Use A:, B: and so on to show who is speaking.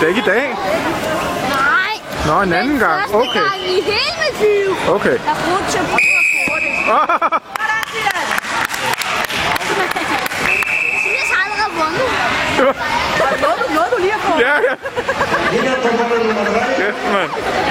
A: da ikke i dag?
B: Nej.
A: Nå, en anden gang.
B: Første
A: Okay.
B: gang i hele mit liv.
A: Okay.
B: Jeg brugte til brødreskole. Jeg har aldrig vundet.
A: ja, ja.
C: Liga Copa del Rey.
A: Kæft, mand.